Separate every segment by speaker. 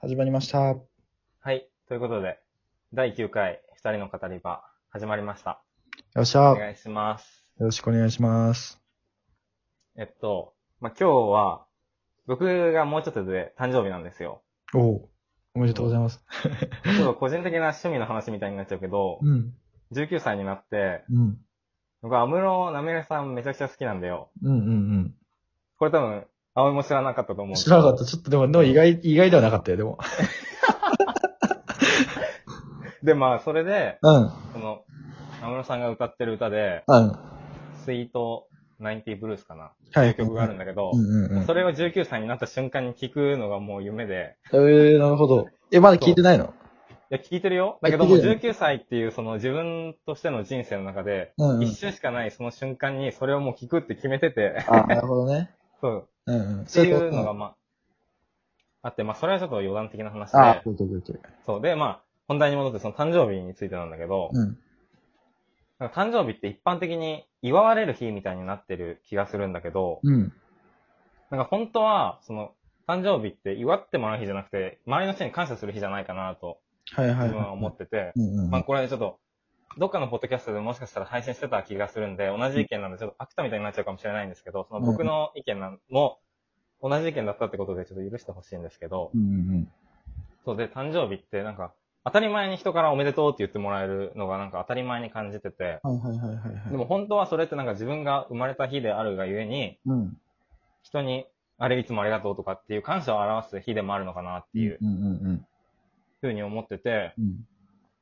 Speaker 1: 始まりました。
Speaker 2: はい。ということで、第9回、二人の語り場、始まりました。
Speaker 1: よっしゃ。
Speaker 2: お
Speaker 1: よ
Speaker 2: 願いします。
Speaker 1: ろしくお願いします。
Speaker 2: えっと、まあ、今日は、僕がもうちょっとで誕生日なんですよ。
Speaker 1: おお。おめでとうございます。
Speaker 2: ちょっと個人的な趣味の話みたいになっちゃうけど、
Speaker 1: うん。
Speaker 2: 19歳になって、
Speaker 1: うん。
Speaker 2: 僕、安室なめるさんめちゃくちゃ好きなんだよ。
Speaker 1: うんうん
Speaker 2: これ多分、葵も知らなかったと思
Speaker 1: う。
Speaker 2: うんけど。
Speaker 1: 知らなかった。ちょっとでも、でも意外、意外ではなかったよ、でも。
Speaker 2: で、まあ、それで、
Speaker 1: うん。
Speaker 2: その、安室さんが歌ってる歌で、
Speaker 1: うん。は
Speaker 2: スイート90ブルースかな。
Speaker 1: い。
Speaker 2: 曲があるんだけど
Speaker 1: う、んうんうん。
Speaker 2: それを19歳になった瞬間に聞くのがもう夢で、
Speaker 1: えー、なるほど。え、まだ聞いてないの
Speaker 2: いや、聞いてるよ。だけどもう
Speaker 1: 聞いてる
Speaker 2: 19歳っていうその自分としての人生の中で、
Speaker 1: うんうん
Speaker 2: 一瞬しかないその瞬間にそれをもう聞くって決めてて、
Speaker 1: あ、なるほどね。
Speaker 2: そう。
Speaker 1: うんうん。
Speaker 2: っ
Speaker 1: そ
Speaker 2: て
Speaker 1: うい
Speaker 2: いうう
Speaker 1: こと
Speaker 2: のがまあ、あって、まあそれはちょっと余談的な話
Speaker 1: あ、
Speaker 2: で
Speaker 1: そ、うそうそうそう。
Speaker 2: そう。で、まあ、本題に戻ってその誕生日についてなんだけど、
Speaker 1: うん。
Speaker 2: なんか誕生日って一般的に祝われる日みたいになってる気がするんだけど、
Speaker 1: うん。
Speaker 2: なんか本当は、その、誕生日って祝ってもらう日じゃなくて、周りの人に感謝する日じゃないかなと、
Speaker 1: はいはいはい。
Speaker 2: 自分は思ってて、
Speaker 1: うんうん。
Speaker 2: まあこれちょっと、どっかのポッドキャストでもしかしたら配信してた気がするんで、同じ意見なんでちょっと秋田みたいになっちゃうかもしれないんですけど、その僕の意見なんも同じ意見だったってことでちょっと許してほしいんですけど
Speaker 1: う、んうん
Speaker 2: そうで誕生日ってなんか当たり前に人からおめでとうって言ってもらえるのがなんか当たり前に感じてて、
Speaker 1: うん。はいはいはいはいはい。
Speaker 2: でも本当はそれってなんか自分が生まれた日であるがゆえに、
Speaker 1: うん、
Speaker 2: 人にあれいつもありがとうとかっていう感謝を表す日でもあるのかなっていう
Speaker 1: うんうんうん。
Speaker 2: ふうに思ってて、
Speaker 1: うん。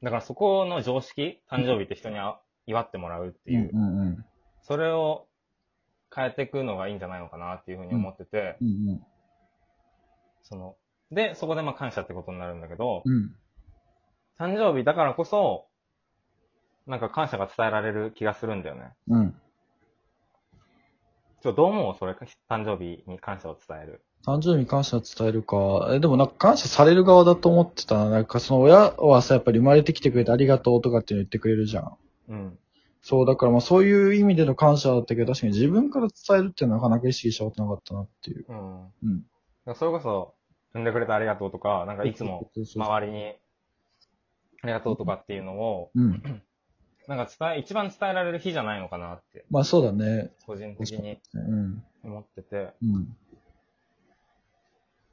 Speaker 2: だからそこの常識、誕生日って人にあ祝ってもらうっていう、
Speaker 1: うんうんうん。
Speaker 2: それを変えていくのがいいんじゃないのかなっていうふうに思ってて、
Speaker 1: うんうん。
Speaker 2: その、で、そこでまあ感謝ってことになるんだけど、
Speaker 1: うん。
Speaker 2: 誕生日だからこそ、なんか感謝が伝えられる気がするんだよね。
Speaker 1: うん。
Speaker 2: ちょ、どう思うそれ、誕生日に感謝を伝える。
Speaker 1: 誕生日に感謝伝えるか。え、でもなんか感謝される側だと思ってたな。なんかその親はさ、やっぱり生まれてきてくれてありがとうとかっていうの言ってくれるじゃん。
Speaker 2: うん。
Speaker 1: そう、だからまあそういう意味での感謝だったけど、確かに自分から伝えるっていうのはなかなか意識したことなかったなっていう。
Speaker 2: うん。だ
Speaker 1: うん。
Speaker 2: からそれこそ、産んでくれてありがとうとか、なんかいつも
Speaker 1: そうそうそう、
Speaker 2: 周りにありがとうとかっていうのを、
Speaker 1: うん。
Speaker 2: なんか伝え、一番伝えられる日じゃないのかなって、
Speaker 1: まあそうだね。
Speaker 2: 個人的に
Speaker 1: うん。
Speaker 2: 思ってて。
Speaker 1: うん。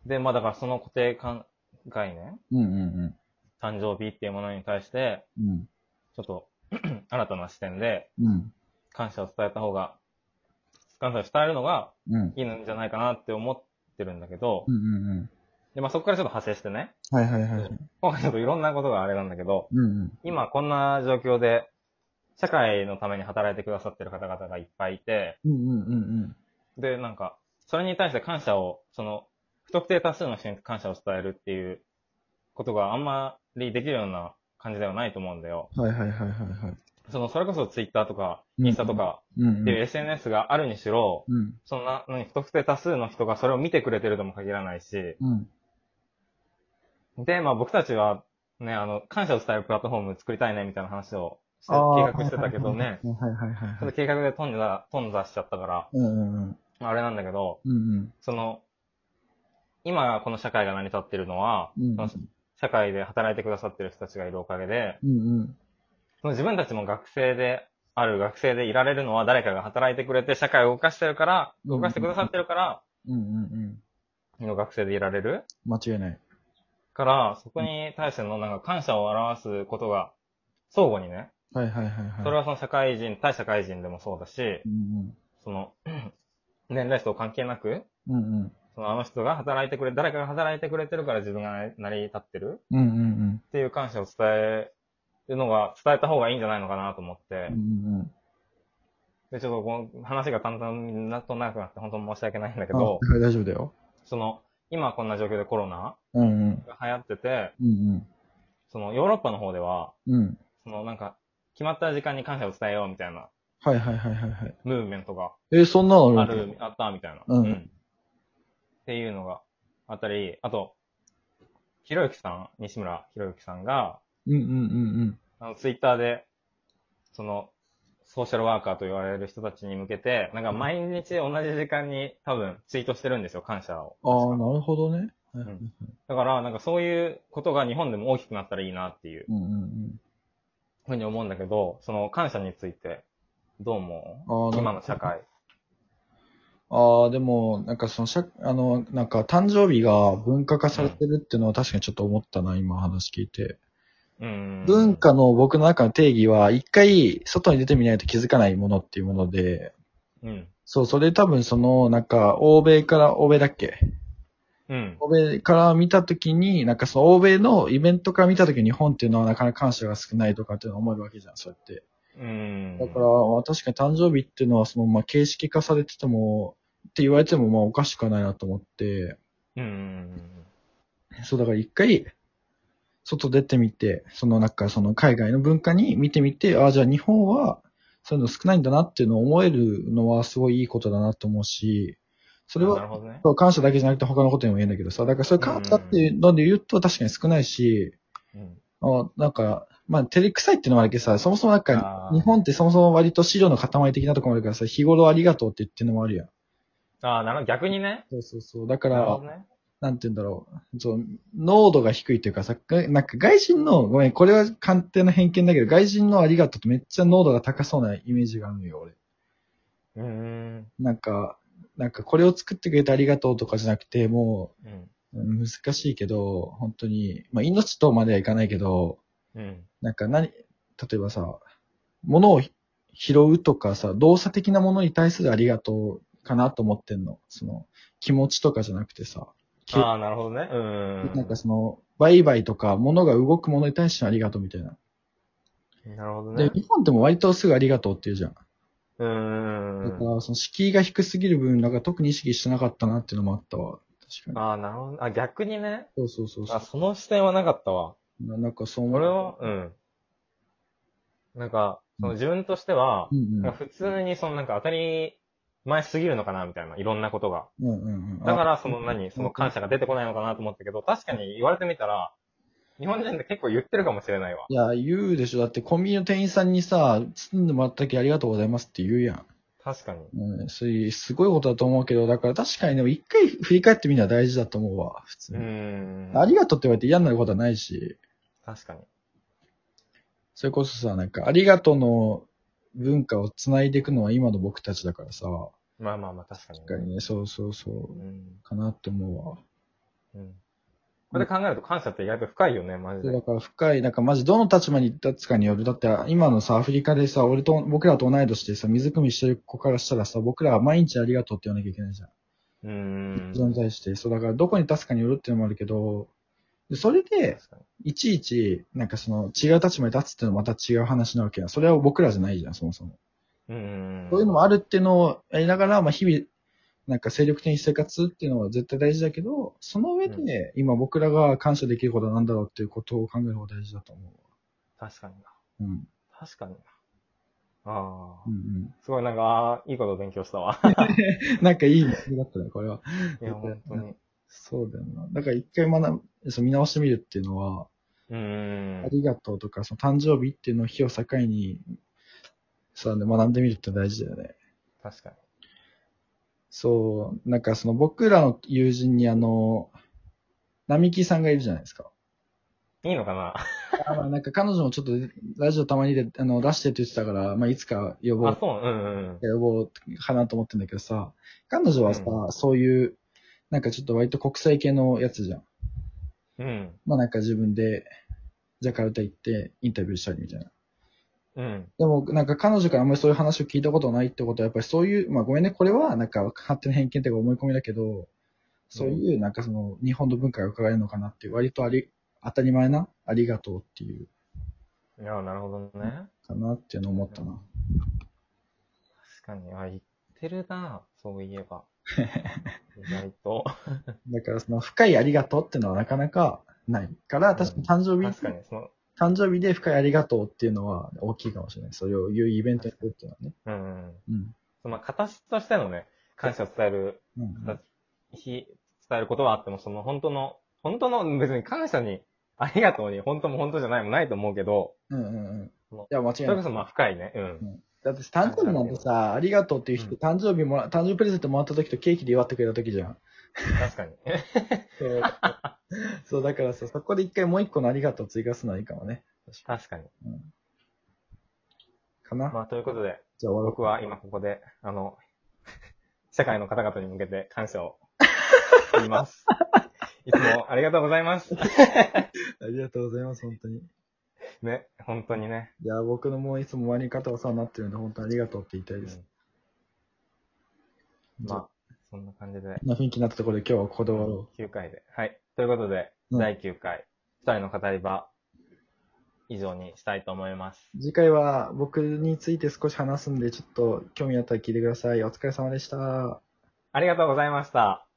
Speaker 2: で、まあだからその固定観概念、
Speaker 1: うんうん
Speaker 2: 誕生日っていうものに対して、
Speaker 1: うん。うん。
Speaker 2: ちょっと 新たな視点で
Speaker 1: うん。
Speaker 2: 感謝を伝えた方が、感謝を伝えるのが
Speaker 1: うん。
Speaker 2: いいんじゃないかなって思ってるんだけど
Speaker 1: う、んうんうん。
Speaker 2: で、まあそこからちょっと派生してね、
Speaker 1: はいはいはいはい。
Speaker 2: 今回ちょっといろんなことがあれなんだけど、
Speaker 1: うんうん。
Speaker 2: 今こんな状況で、社会のために働いてくださってる方々がいっぱいいて、
Speaker 1: うんうんうん
Speaker 2: で、なんか、それに対して感謝を、その、不特定多数の人に感謝を伝えるっていうことがあんまりできるような感じではないと思うんだよ。
Speaker 1: うん。はいはいはいはいはい。
Speaker 2: その、それこそツイッターとか、
Speaker 1: うん
Speaker 2: インスタとか
Speaker 1: うん
Speaker 2: っていう SNS があるにしろ、
Speaker 1: うん。うん。
Speaker 2: そんな、何、不特定多数の人がそれを見てくれてるとも限らないし、
Speaker 1: うん。
Speaker 2: で、まあ僕たちは、ね、あの、感謝を伝えるプラットフォーム作りたいね、みたいな話をして
Speaker 1: あー
Speaker 2: 計画してたけどね、。
Speaker 1: はいはいはい
Speaker 2: ちょ
Speaker 1: は
Speaker 2: っ
Speaker 1: い。
Speaker 2: と計画で頓挫、頓挫しちゃったか
Speaker 1: うんうんうん。
Speaker 2: ら、あれなんだけど、
Speaker 1: うんうん。
Speaker 2: その、今この社会が成り立ってるのは、
Speaker 1: うん
Speaker 2: その社会で働いてくださってる人たちがいるおかげで、
Speaker 1: うんうん。
Speaker 2: その自分たちも学生で、ある学生でいられるのは誰かが働いてくれて社会を動かしてるから、動かしてくださってるから、
Speaker 1: うんうん
Speaker 2: の学生でいられる
Speaker 1: うん。間違いない。
Speaker 2: から、そこに対してのなんか感謝を表すことが、相互にね、
Speaker 1: はいはいはいはい。
Speaker 2: それはその社会人、対社会人でもそうだし
Speaker 1: う、ん
Speaker 2: その、 年代層関係なく、
Speaker 1: うん。うんうん。
Speaker 2: そのあの人が働いてくれ、誰かが働いてくれてるから自分が成り立ってる
Speaker 1: うんうん
Speaker 2: っていう感謝を伝えるのが、伝えた方がいいんじゃないのかなと思って
Speaker 1: うん。う、んうん。
Speaker 2: で、ちょっとこの話が淡々なとなくなって本当に申し訳ないんだけ
Speaker 1: あ
Speaker 2: ど、
Speaker 1: はい、大丈夫だよ。
Speaker 2: その、今こんな状況でコロナ
Speaker 1: うんうん。
Speaker 2: が流行ってて、
Speaker 1: うん
Speaker 2: そのヨーロッパの方では、
Speaker 1: うん。うん。
Speaker 2: そのなんか、決まった時間に感謝を伝えようみたいな、
Speaker 1: はいはいはいはいはい。
Speaker 2: ムーブメントが
Speaker 1: えーそんなの
Speaker 2: あ
Speaker 1: ある
Speaker 2: る、あったみたいな。
Speaker 1: うん
Speaker 2: っていうのがあったり、あと、ひろゆきさん、西村ひろゆきさんが、
Speaker 1: うんうんうん
Speaker 2: あの、ツイッターで、その、ソーシャルワーカーと言われる人たちに向けて、なんか毎日同じ時間に多分ツイートしてるんですよ、感謝を。
Speaker 1: うん。ああ、なるほどね。うん
Speaker 2: だから、なんかそういうことが日本でも大きくなったらいいなっていうん
Speaker 1: うんうん。
Speaker 2: ふうに思うんだけど、その感謝について、どう思
Speaker 1: あ
Speaker 2: う
Speaker 1: ー
Speaker 2: 今の社会。
Speaker 1: ああ、でも、なんかその、しゃ、あの、なんか誕生日が文化化されてるっていうのは確かにちょっと思ったな、今話聞いて。
Speaker 2: うん。
Speaker 1: 文化の僕の中の定義は、一回外に出てみないと気づかないものっていうもので、
Speaker 2: うん。
Speaker 1: そう、それ多分その、なんか、欧米から、欧米だっけ
Speaker 2: うん。
Speaker 1: 欧米から見たときに、なんかその欧米のイベントから見たときに日本っていうのはなかなか感謝が少ないとかっていうのは思えるわけじゃん、そうやって。
Speaker 2: うん。
Speaker 1: だから、まあ確かに誕生日っていうのは、その、まあ、形式化されてても、って言われても、まあ、おかしくはないなと思って、
Speaker 2: うん。
Speaker 1: そう、だから一回、外出てみて、その、なんか、その、海外の文化に見てみて、ああ、じゃあ日本は、そういうの少ないんだなっていうのを思えるのは、すごいいいことだなと思うし、それ
Speaker 2: な
Speaker 1: は
Speaker 2: る、ほどね。
Speaker 1: そう感謝だけじゃなくて他のことにも言えんだけどさ、だからそれ感謝っていうので言うと確かに少ないし、
Speaker 2: うん。
Speaker 1: あなんか、まあ、照れくさいっていうのもあるけどさ、そもそもなんか
Speaker 2: あ、ー
Speaker 1: 日本ってそもそも割と資料の塊的なところもあるからさ、日頃ありがとうって言ってるのもあるやん。
Speaker 2: ああ、なるほど。逆にね。
Speaker 1: そうそうそう。だか
Speaker 2: なるほ
Speaker 1: ら
Speaker 2: ど、ね。
Speaker 1: なんて言うんだろう。そう、濃度が低いというかさ、がなんか外人の、ごめん、これは鑑定の偏見だけど、外人のありがとうってめっちゃ濃度が高そうなイメージがあるのよ、俺。
Speaker 2: うん。
Speaker 1: なんか、なんかこれを作ってくれてありがとうとかじゃなくて、も
Speaker 2: うん。
Speaker 1: う、うん難しいけど、本当に、まあ、命とまではいかないけど、
Speaker 2: うん。
Speaker 1: なんか何、例えばさ、物をひ拾うとかさ、動作的なものに対するありがとうかなと思ってんの。その、気持ちとかじゃなくてさ、け
Speaker 2: ああ、なるほどね。うん。
Speaker 1: なんかその、売買とか物が動くものに対してのありがとうみたいな。
Speaker 2: なるほど
Speaker 1: で
Speaker 2: ね、。
Speaker 1: 日本でも割とすぐありがとうって言うじゃん。
Speaker 2: う
Speaker 1: だか
Speaker 2: ん。
Speaker 1: ら、その敷居が低すぎる分、なんか特に意識してなかったなっていうのもあったわ。確かに。
Speaker 2: ああ、なるほど。あ、逆にね。
Speaker 1: そうそうそうそ
Speaker 2: あ、その視点はなかったわ。
Speaker 1: う。ななんかそう思う。
Speaker 2: 俺は、うん。なんか、その自分としては
Speaker 1: う、んうん。
Speaker 2: なんか普通にそのなんか当たり前すぎるのかなみたいな、いろんなことが。
Speaker 1: うんうんうん。
Speaker 2: だか
Speaker 1: あ、
Speaker 2: らその何、その感謝が出てこないのかなと思ったけど、確かに言われてみたら、日本人って結構言ってるかもしれないわ。
Speaker 1: いや、言うでしょ。だってコンビニの店員さんにさ、包んでもらった時ありがとうございますって言うやん。
Speaker 2: 確かに。
Speaker 1: うん、そういう、すごいことだと思うけど、だから確かにでも一回振り返ってみるのは大事だと思うわ、普通
Speaker 2: う
Speaker 1: に。
Speaker 2: ん。
Speaker 1: ありがとうって言われて嫌になることはないし、
Speaker 2: 確かに。
Speaker 1: それこそさ、なんか、ありがとうの文化を繋いでいくのは今の僕たちだからさ、
Speaker 2: まあまあまあ、確かに。
Speaker 1: 確かにね、そうそうそう
Speaker 2: う、ん。
Speaker 1: かなって思うわ。
Speaker 2: うん。これで考えると感謝って意外と深いよね、マジ
Speaker 1: そう
Speaker 2: で
Speaker 1: だ。から深い、なんかマジどの立場に立つかによる。だって今のさ、アフリカでさ、俺と、僕らと同い年でさ、水汲みしてる子からしたらさ、僕らは毎日ありがとうって言わなきゃいけないじゃん。
Speaker 2: う
Speaker 1: それ
Speaker 2: ん
Speaker 1: に。対して、そうだからどこに立つかによるっていうのもあるけど、でそれで、
Speaker 2: 確かに。
Speaker 1: いちいち、なんかその違う立場に立つっていうのはまた違う話なわけやん。それは僕らじゃないじゃん、そもそも。
Speaker 2: うん。
Speaker 1: そういうのも
Speaker 2: あ
Speaker 1: あるっていうのをやりながら、まあ日々、なんか精力的に生活っていうのは絶対大事だけど、その上で、今僕らが感謝できることは何だろうっていうことを考える方が大事だと思
Speaker 2: 確かにな。
Speaker 1: う。うん。
Speaker 2: 確かにな。あ
Speaker 1: う
Speaker 2: あ。
Speaker 1: ん
Speaker 2: すごいなんか、ああいいこと勉強し たわ。
Speaker 1: うん。なんかいい学びだったね、これは。
Speaker 2: いや、本当に。
Speaker 1: そうだよな。だから一回学ぶ、そう見直してみるっていうのは、
Speaker 2: う
Speaker 1: あ
Speaker 2: ん。
Speaker 1: りがとうとか、その誕生日っていうのを日を境に、そうね、学んでみるって大事だよね。
Speaker 2: 確かに。
Speaker 1: そう、なんかその僕らの友人にあの、並木さんがいるじゃないですか。
Speaker 2: いいのかな
Speaker 1: あまあなんか彼女もちょっとラジオたまにであの出してって言ってたから、まあいつか呼ぼ
Speaker 2: あ、
Speaker 1: う、
Speaker 2: そう、うんうん。
Speaker 1: 呼ぼうかなと思ってんだけどさ、彼女はさ、そういう、なんかちょっと割と国際系のやつじゃん。
Speaker 2: うん。
Speaker 1: まあなんか自分で、ジャカルタ行ってインタビューしたりみたいな。
Speaker 2: うん。
Speaker 1: でも、なんか彼女からあんまりそういう話を聞いたことないってことは、やっぱりそういう、まあごめんね、これはなんか勝手な偏見というか思い込みだけど、そういうなんかその日本の文化が伺えるのかなっていう、割とあり、当たり前なありがとうっていう、
Speaker 2: いや、なるほどね。
Speaker 1: かなっていうのを思ったな。
Speaker 2: 確かに。あ、言ってるな。そういえ ば。意外と。
Speaker 1: だからその深いありがとうっていうのはなかなかないから、
Speaker 2: ん
Speaker 1: 確かに誕生日、
Speaker 2: 確かに、その、
Speaker 1: 誕生日で深いありがとうっていうのは大きいかもしれない。それを言うイベントにするっていうのはね。
Speaker 2: うん、うん。
Speaker 1: うん。
Speaker 2: その、形としてのね、感謝を伝える、
Speaker 1: うんうん、
Speaker 2: 日、伝えることはあっても、その、本当の、本当の、別に感謝に、ありがとうに、本当も本当じゃないもないと思うけど、
Speaker 1: うんうんうん。い
Speaker 2: その
Speaker 1: や、間違い
Speaker 2: そ
Speaker 1: な
Speaker 2: れ
Speaker 1: い
Speaker 2: こ。そ、まあ、深いね。うん。
Speaker 1: だって誕生日なんてさ、ありがとうっていう人、
Speaker 2: うん
Speaker 1: 誕生日もら、誕生日プレゼントもらった時とケーキで祝ってくれた時じゃん。
Speaker 2: 確かに。
Speaker 1: そう、 そうだからさ、そこで一回もう一個のありがとう追加するのはいいかもね。
Speaker 2: 確かに。
Speaker 1: かな、
Speaker 2: まあ、ということで、
Speaker 1: じゃあ終わろう
Speaker 2: 僕は今ここで、あの、 社会の方々に向けて感謝を言 います。いつもありがとうございます。
Speaker 1: ありがとうございます、本当に。
Speaker 2: ね、本当にね。
Speaker 1: いや、僕のもういつも割り方お世話になってるんで、本当にありがとうって言いたいです。
Speaker 2: まあ、そんな感じで、
Speaker 1: こんな雰囲気になったところで今日はここで終わろ
Speaker 2: 9回で。はい。ということで、
Speaker 1: うん
Speaker 2: 第9回、二人の語り場、以上にしたいと思います。
Speaker 1: う。次回は僕について少し話すんで、ちょっと興味あったら聞いてください。お疲れ様でした。
Speaker 2: ありがとうございました。